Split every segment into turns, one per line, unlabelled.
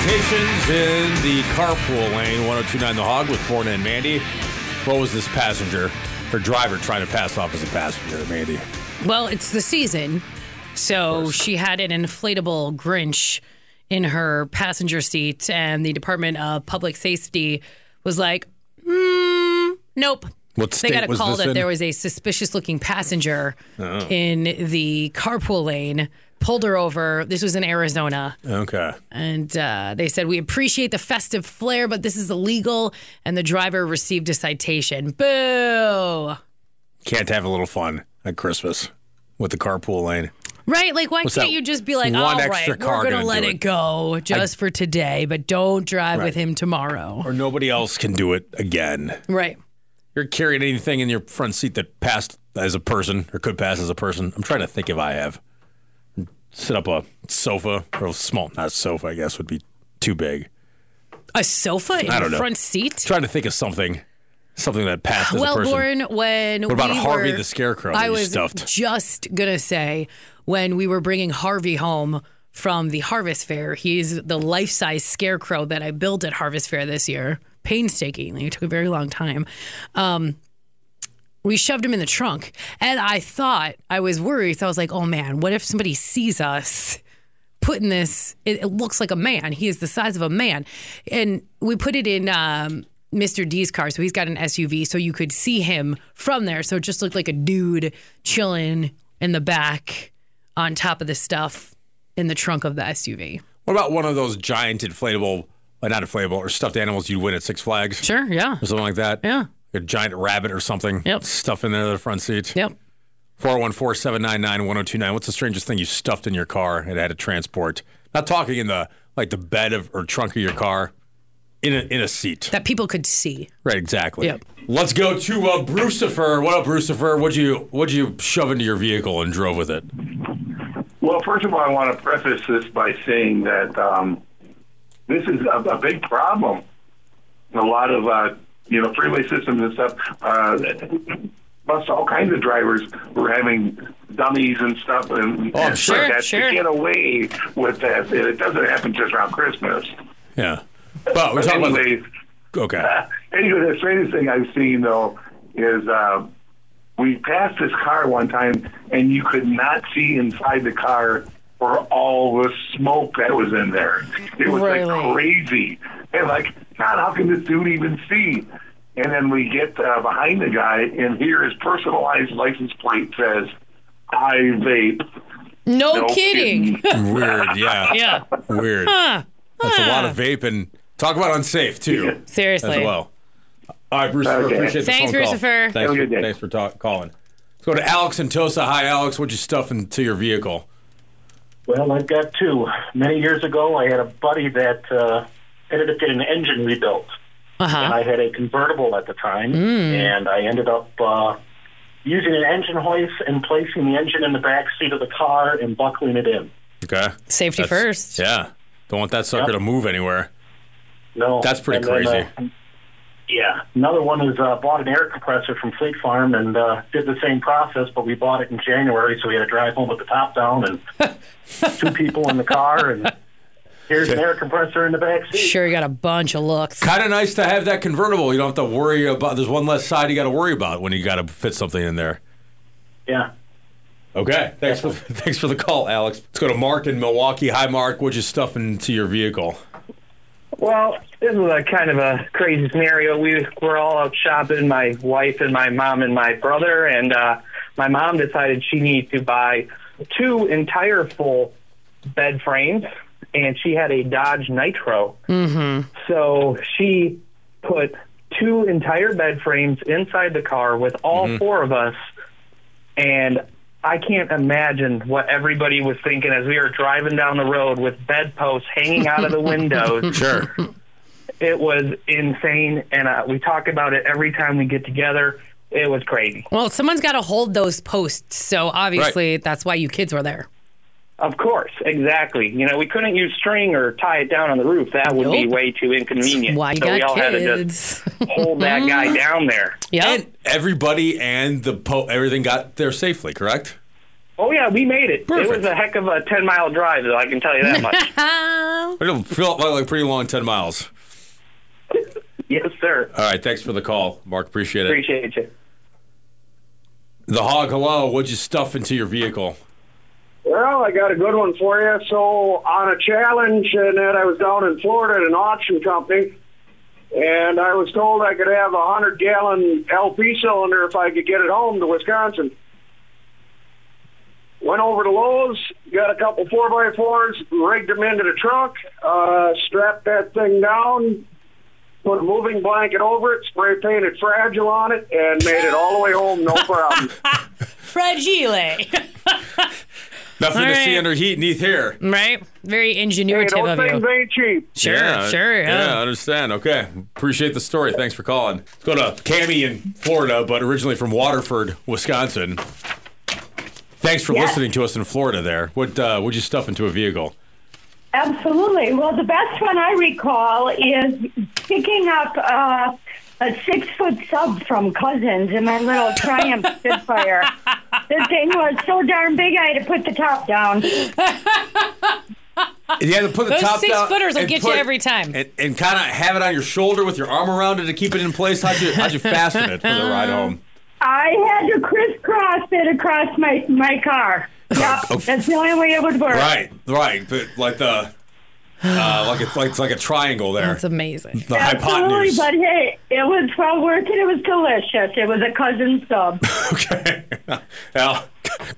Citations in the carpool lane, 1029 The Hog with Born and Mandy. What was this passenger or driver trying to pass off as a passenger, Mandy?
Well, it's the season. So she had an inflatable Grinch in her passenger seat, and the Department of Public Safety was like, mm, nope.
What
They
state
got a
was
call
this
that
in? Oh.
there was a suspicious looking passenger in the carpool lane, pulled her over. This was in Arizona.
Okay.
And uh, they said, We appreciate the festive flair, but this is illegal. And the driver received a citation. Boo!
Can't have a little fun at Christmas with the carpool lane.
Right? Like, why
What's
can't
that
you just be like,
one
all right,
extra
we're
car
going to
gonna
let
do
it,
it?"
go just for today, but don't drive
Right.
with him tomorrow.
Or nobody else can do it again.
Right.
You're carrying anything in your front seat that passed as a person or could pass as a person. I'm trying to think if I have. Set up a sofa or a small, not sofa, I guess would be too big.
A sofa in
I
the
don't know.
front seat?
trying to think of something, something that passed as a
Well,
person.
Lauren, when
What about
we
Harvey
were-
the Scarecrow that
I
you
was
stuffed?
just gonna say when we were bringing Harvey home from the Harvest Fair, he's the life-size scarecrow that I built at Harvest Fair this year. Painstakingly, it took a very long time. Um, we shoved him in the trunk, and I thought I was worried. So I was like, "Oh man, what if somebody sees us?" putting this it, it looks like a man he is the size of a man and we put it in um, mr d's car so he's got an suv so you could see him from there so it just looked like a dude chilling in the back on top of the stuff in the trunk of the suv
What about one of those giant inflatable, uh, not inflatable, or stuffed animals you win at Six Flags
sure yeah
or something like that?
yeah
A giant rabbit or something.
Yep.
Stuff in there in the front seat.
yep
414 799 1029. What's the strangest thing you stuffed in your car and had to transport? Not talking in the like the bed of or trunk of your car, in a, in a seat.
that people could see
Right, exactly.
Yep.
Let's go to uh, Brucifer. What up, Brucifer? What'd you what'd you shove into your vehicle and drove with it?
Well, first of all, I want to preface this by saying that um, this is a, a big problem. A lot of uh, you know freeway systems and stuff. Uh, plus, all kinds of drivers were having dummies and stuff, and,
Oh,
and
sure,
that
sure.
to get away with that. It doesn't happen just around Christmas.
Yeah. But we're
But
talking about
anyway,
the, okay.
anyway, the strangest thing I've seen though is uh, we passed this car one time, and you could not see inside the car for all the smoke that was in there. It was
Really?
like crazy, and like, God, how can this dude even see? And then we get uh, behind the guy, and here his personalized license plate says, "I vape."
no,
No
kidding,
Weird, yeah.
yeah
Weird. That's a lot of vape and talk about unsafe too
seriously
as well. All right, Brucifer,
Okay.
appreciate the
Thanks,
phone call.
Brucifer.
Thanks,
a good day.
thanks for talk, calling. Let's go to Alex and Tosa. Hi, Alex. What'd you stuff into your vehicle?
Well, I've got two. Many years ago, I had a buddy that uh, ended up getting an engine rebuilt. And
uh-huh
I had a convertible at the time, and I ended up uh, using an engine hoist and placing the engine in the back seat of the car and buckling it in.
Okay.
safety
That's-
first
Yeah. Don't want that sucker to move anywhere.
No,
That's pretty
and then,
crazy.
uh, yeah, another one is uh, bought an air compressor from Fleet Farm and uh, did the same process, but we bought it in January, so we had to drive home with the top down and two people in the car, and here's an air compressor in the back seat.
sure you got a bunch of looks
Kind of nice to have that convertible. You don't have to worry about. There's one less side you got to worry about when you got to fit something in there.
Yeah.
Okay. Thanks for thanks for the call, Alex. Let's go to Mark in Milwaukee. Hi, Mark. What'd you stuff into your vehicle?
Well, this is a kind of a crazy scenario. We were all out shopping, my wife and my mom and my brother, and uh, my mom decided she needed to buy two entire full bed frames, and she had a Dodge Nitro. So she put two entire bed frames inside the car with all four of us, and I can't imagine what everybody was thinking as we were driving down the road with bedposts hanging out of the windows
Sure.
it was insane, and uh, we talk about it every time we get together. It was crazy.
well someone's got to hold those posts so obviously that's why you kids were there
Of course, exactly. You know, we couldn't use string or tie it down on the roof. That would be
Nope.
way too inconvenient.
why you
so we all
got
had to
kids
just hold that guy down there.
yeah
And everybody and the po- everything got there safely, correct?
Oh yeah, we made it. It
Perfect.
was a heck of a ten mile drive, though. I can tell you that much.
Ah,
It'll feel like a pretty long 10 miles.
yes, sir.
All right. Thanks for the call, Mark. Appreciate it.
Appreciate you.
The hog, hello. What'd you stuff into your vehicle?
Well, I got a good one for you. So, on a challenge, and that I was down in Florida at an auction company, and I was told I could have a 100 gallon LP cylinder if I could get it home to Wisconsin. Went over to Lowe's, got a couple 4x4s, rigged them into the truck, uh, strapped that thing down, put a moving blanket over it, spray painted fragile on it, and made it all the way home, no problem.
fragile.
Nothing
All
to see
right.
under heat neath here.
right? Very
Hey,
ingenuitive
those
of
things
you.
ain't cheap.
Sure, sure.
Yeah.
Yeah.
I understand. Okay. Appreciate the story. Thanks for calling. Let's go to Cami in Florida, but originally from Waterford, Wisconsin. Thanks for listening to us in Florida there. What uh, would you stuff into a vehicle?
Absolutely. Well, the best one I recall is picking up uh, a six foot sub from cousins in my little Triumph Spitfire. The thing was so darn big, I had to put the top down.
You had to put the
Those
top
six
down
footers will
and
get
put-
you every time.
And, and kind of have it on your shoulder with your arm around it to keep it in place. How'd you, how'd you fasten it for the ride home?
I had to crisscross it across my my car. Yeah, that's the only way it would work.
Oh. Right, right. But like the uh, like it's like it's like a triangle there.
That's amazing.
the
Absolutely,
hypotenuse.
but hey, it was well worth it. It was delicious. It was a cousin sub.
Okay. Well,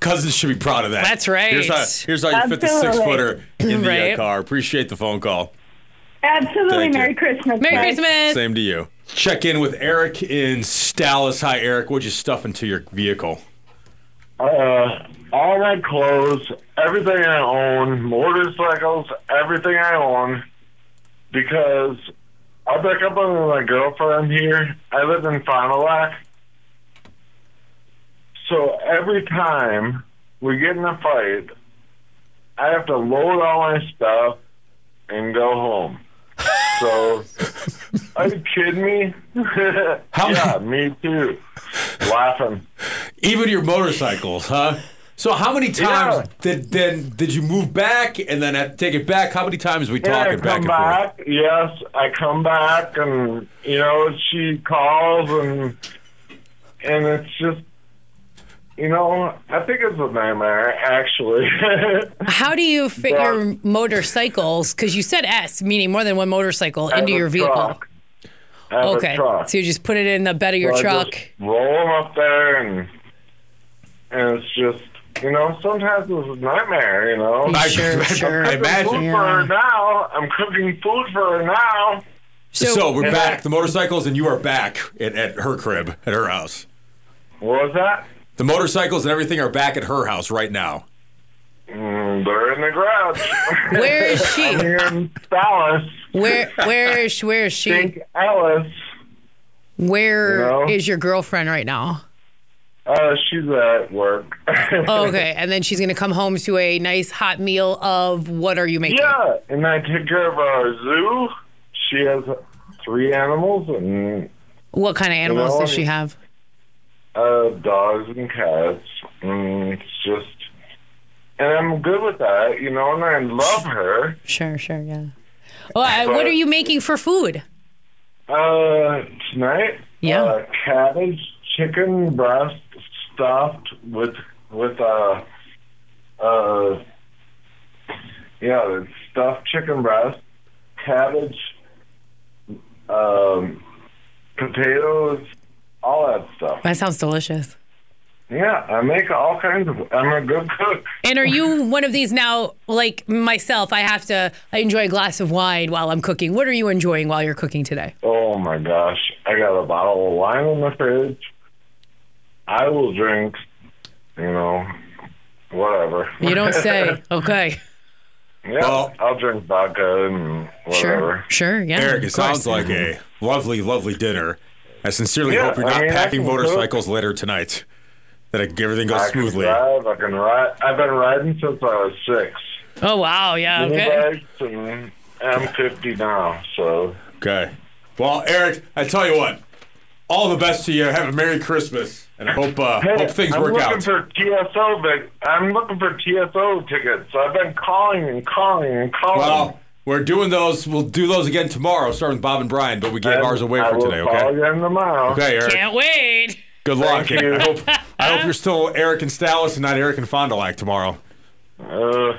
cousins should be proud of that.
That's right.
Here's how, here's how you fit the six
Absolutely.
footer in the uh,
Right.
car. Appreciate the phone call.
Absolutely.
Thank you.
Merry Christmas.
Merry
guys.
Christmas.
Same to you. Check in with Eric in Dallas. Hi, Eric. What'd you stuff into your vehicle?
Uh, all my clothes, everything I own, motorcycles, everything I own, because I break up with my girlfriend here. I live in Fond du Lac. So every time we get in a fight, I have to load all my stuff and go home. So, are you kidding me? yeah, me too. Laughing.
Even your motorcycles, huh? So how many times
Yeah.
did then did you move back and then have to take it back? How many times are we
Yeah, I
talking
come
back and forth?
back. Yes, I come back, and you know she calls, and and it's just, you know, I think it's a nightmare actually.
How do you fit
Yeah.
your motorcycles? Because you said S, meaning more than one motorcycle,
I have
into
a
your vehicle.
truck. I have
Okay.
a truck.
So you just put it in the bed of your
So I
truck.
just roll them up there, and and it's just, you know, sometimes it's a nightmare. You know,
Yeah. Sure,
I,
sure.
I
food
imagine.
for
Yeah.
her now. I'm cooking food for her now.
So, we're back. The motorcycles and you are back at, at her crib, at her house.
What was that?
The motorcycles and everything are back at her house right now.
Mm, they're in the garage.
Where is she?
here in Dallas.
Where where is where is she?
Think Alice.
Where is
You know?
your girlfriend right now?
Uh, she's at work.
Okay, and then she's gonna come home to a nice hot meal of what are you making?
yeah, and I take care of our zoo. She has three animals and
What kind of animals
know,
does
I
she
mean-
have?
uh, dogs and cats. And it's just, and I'm good with that, you know. And I love her.
Sure, sure, yeah. Oh, I, what are you making for food?
Uh, tonight,
Yeah.
uh, cabbage, chicken breast stuffed with with uh uh yeah, it's stuffed chicken breast, cabbage, um, potatoes, all that stuff.
That sounds delicious.
Yeah, I make all kinds of. I'm a good cook.
And are you one of these now, like myself? I have to. I enjoy a glass of wine while I'm cooking. What are you enjoying while you're cooking today?
Oh my gosh, I got a bottle of wine in the fridge. I will drink, you know, whatever.
You don't say. Okay.
Yeah,
Well-
I'll drink vodka and
Sure.
whatever.
Sure. Yeah.
Eric, it
of course.
sounds like a lovely, lovely dinner. I sincerely
Yeah,
hope you're
I
not
mean, I
packing
can cook.
motorcycles later tonight. That it- everything goes
I can
smoothly.
drive. I can ride. I've been riding since I was six.
Oh wow. Yeah. Okay.
Mini bikes and I'm 50 now, so
Okay. Well, Eric, I tell you what, All the best to you. Have a Merry Christmas, and I hope uh,
Hey,
hope things
I'm
work
looking
out.
For TSO, but I'm looking for TSO tickets. So I've been calling and calling and calling.
well, we're doing those. We'll do those again tomorrow, starting with Bob and Brian. But we gave
And
ours away
I
for
will
today.
Call
Okay.
you tomorrow.
Okay, Eric.
Can't wait.
Good luck.
you.
I hope I hope you're still Eric and Stalis and not Eric and Fond du Lac tomorrow.
Uh,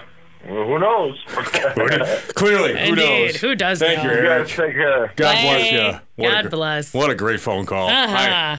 well, who knows?
Clearly, who
Indeed.
knows?
Who does
Thank
know?
you,
you guys
Eric.
take care.
God bless
Bye.
you. What a
God
gr-
bless.
What a great phone call.
Uh-huh.
Hi.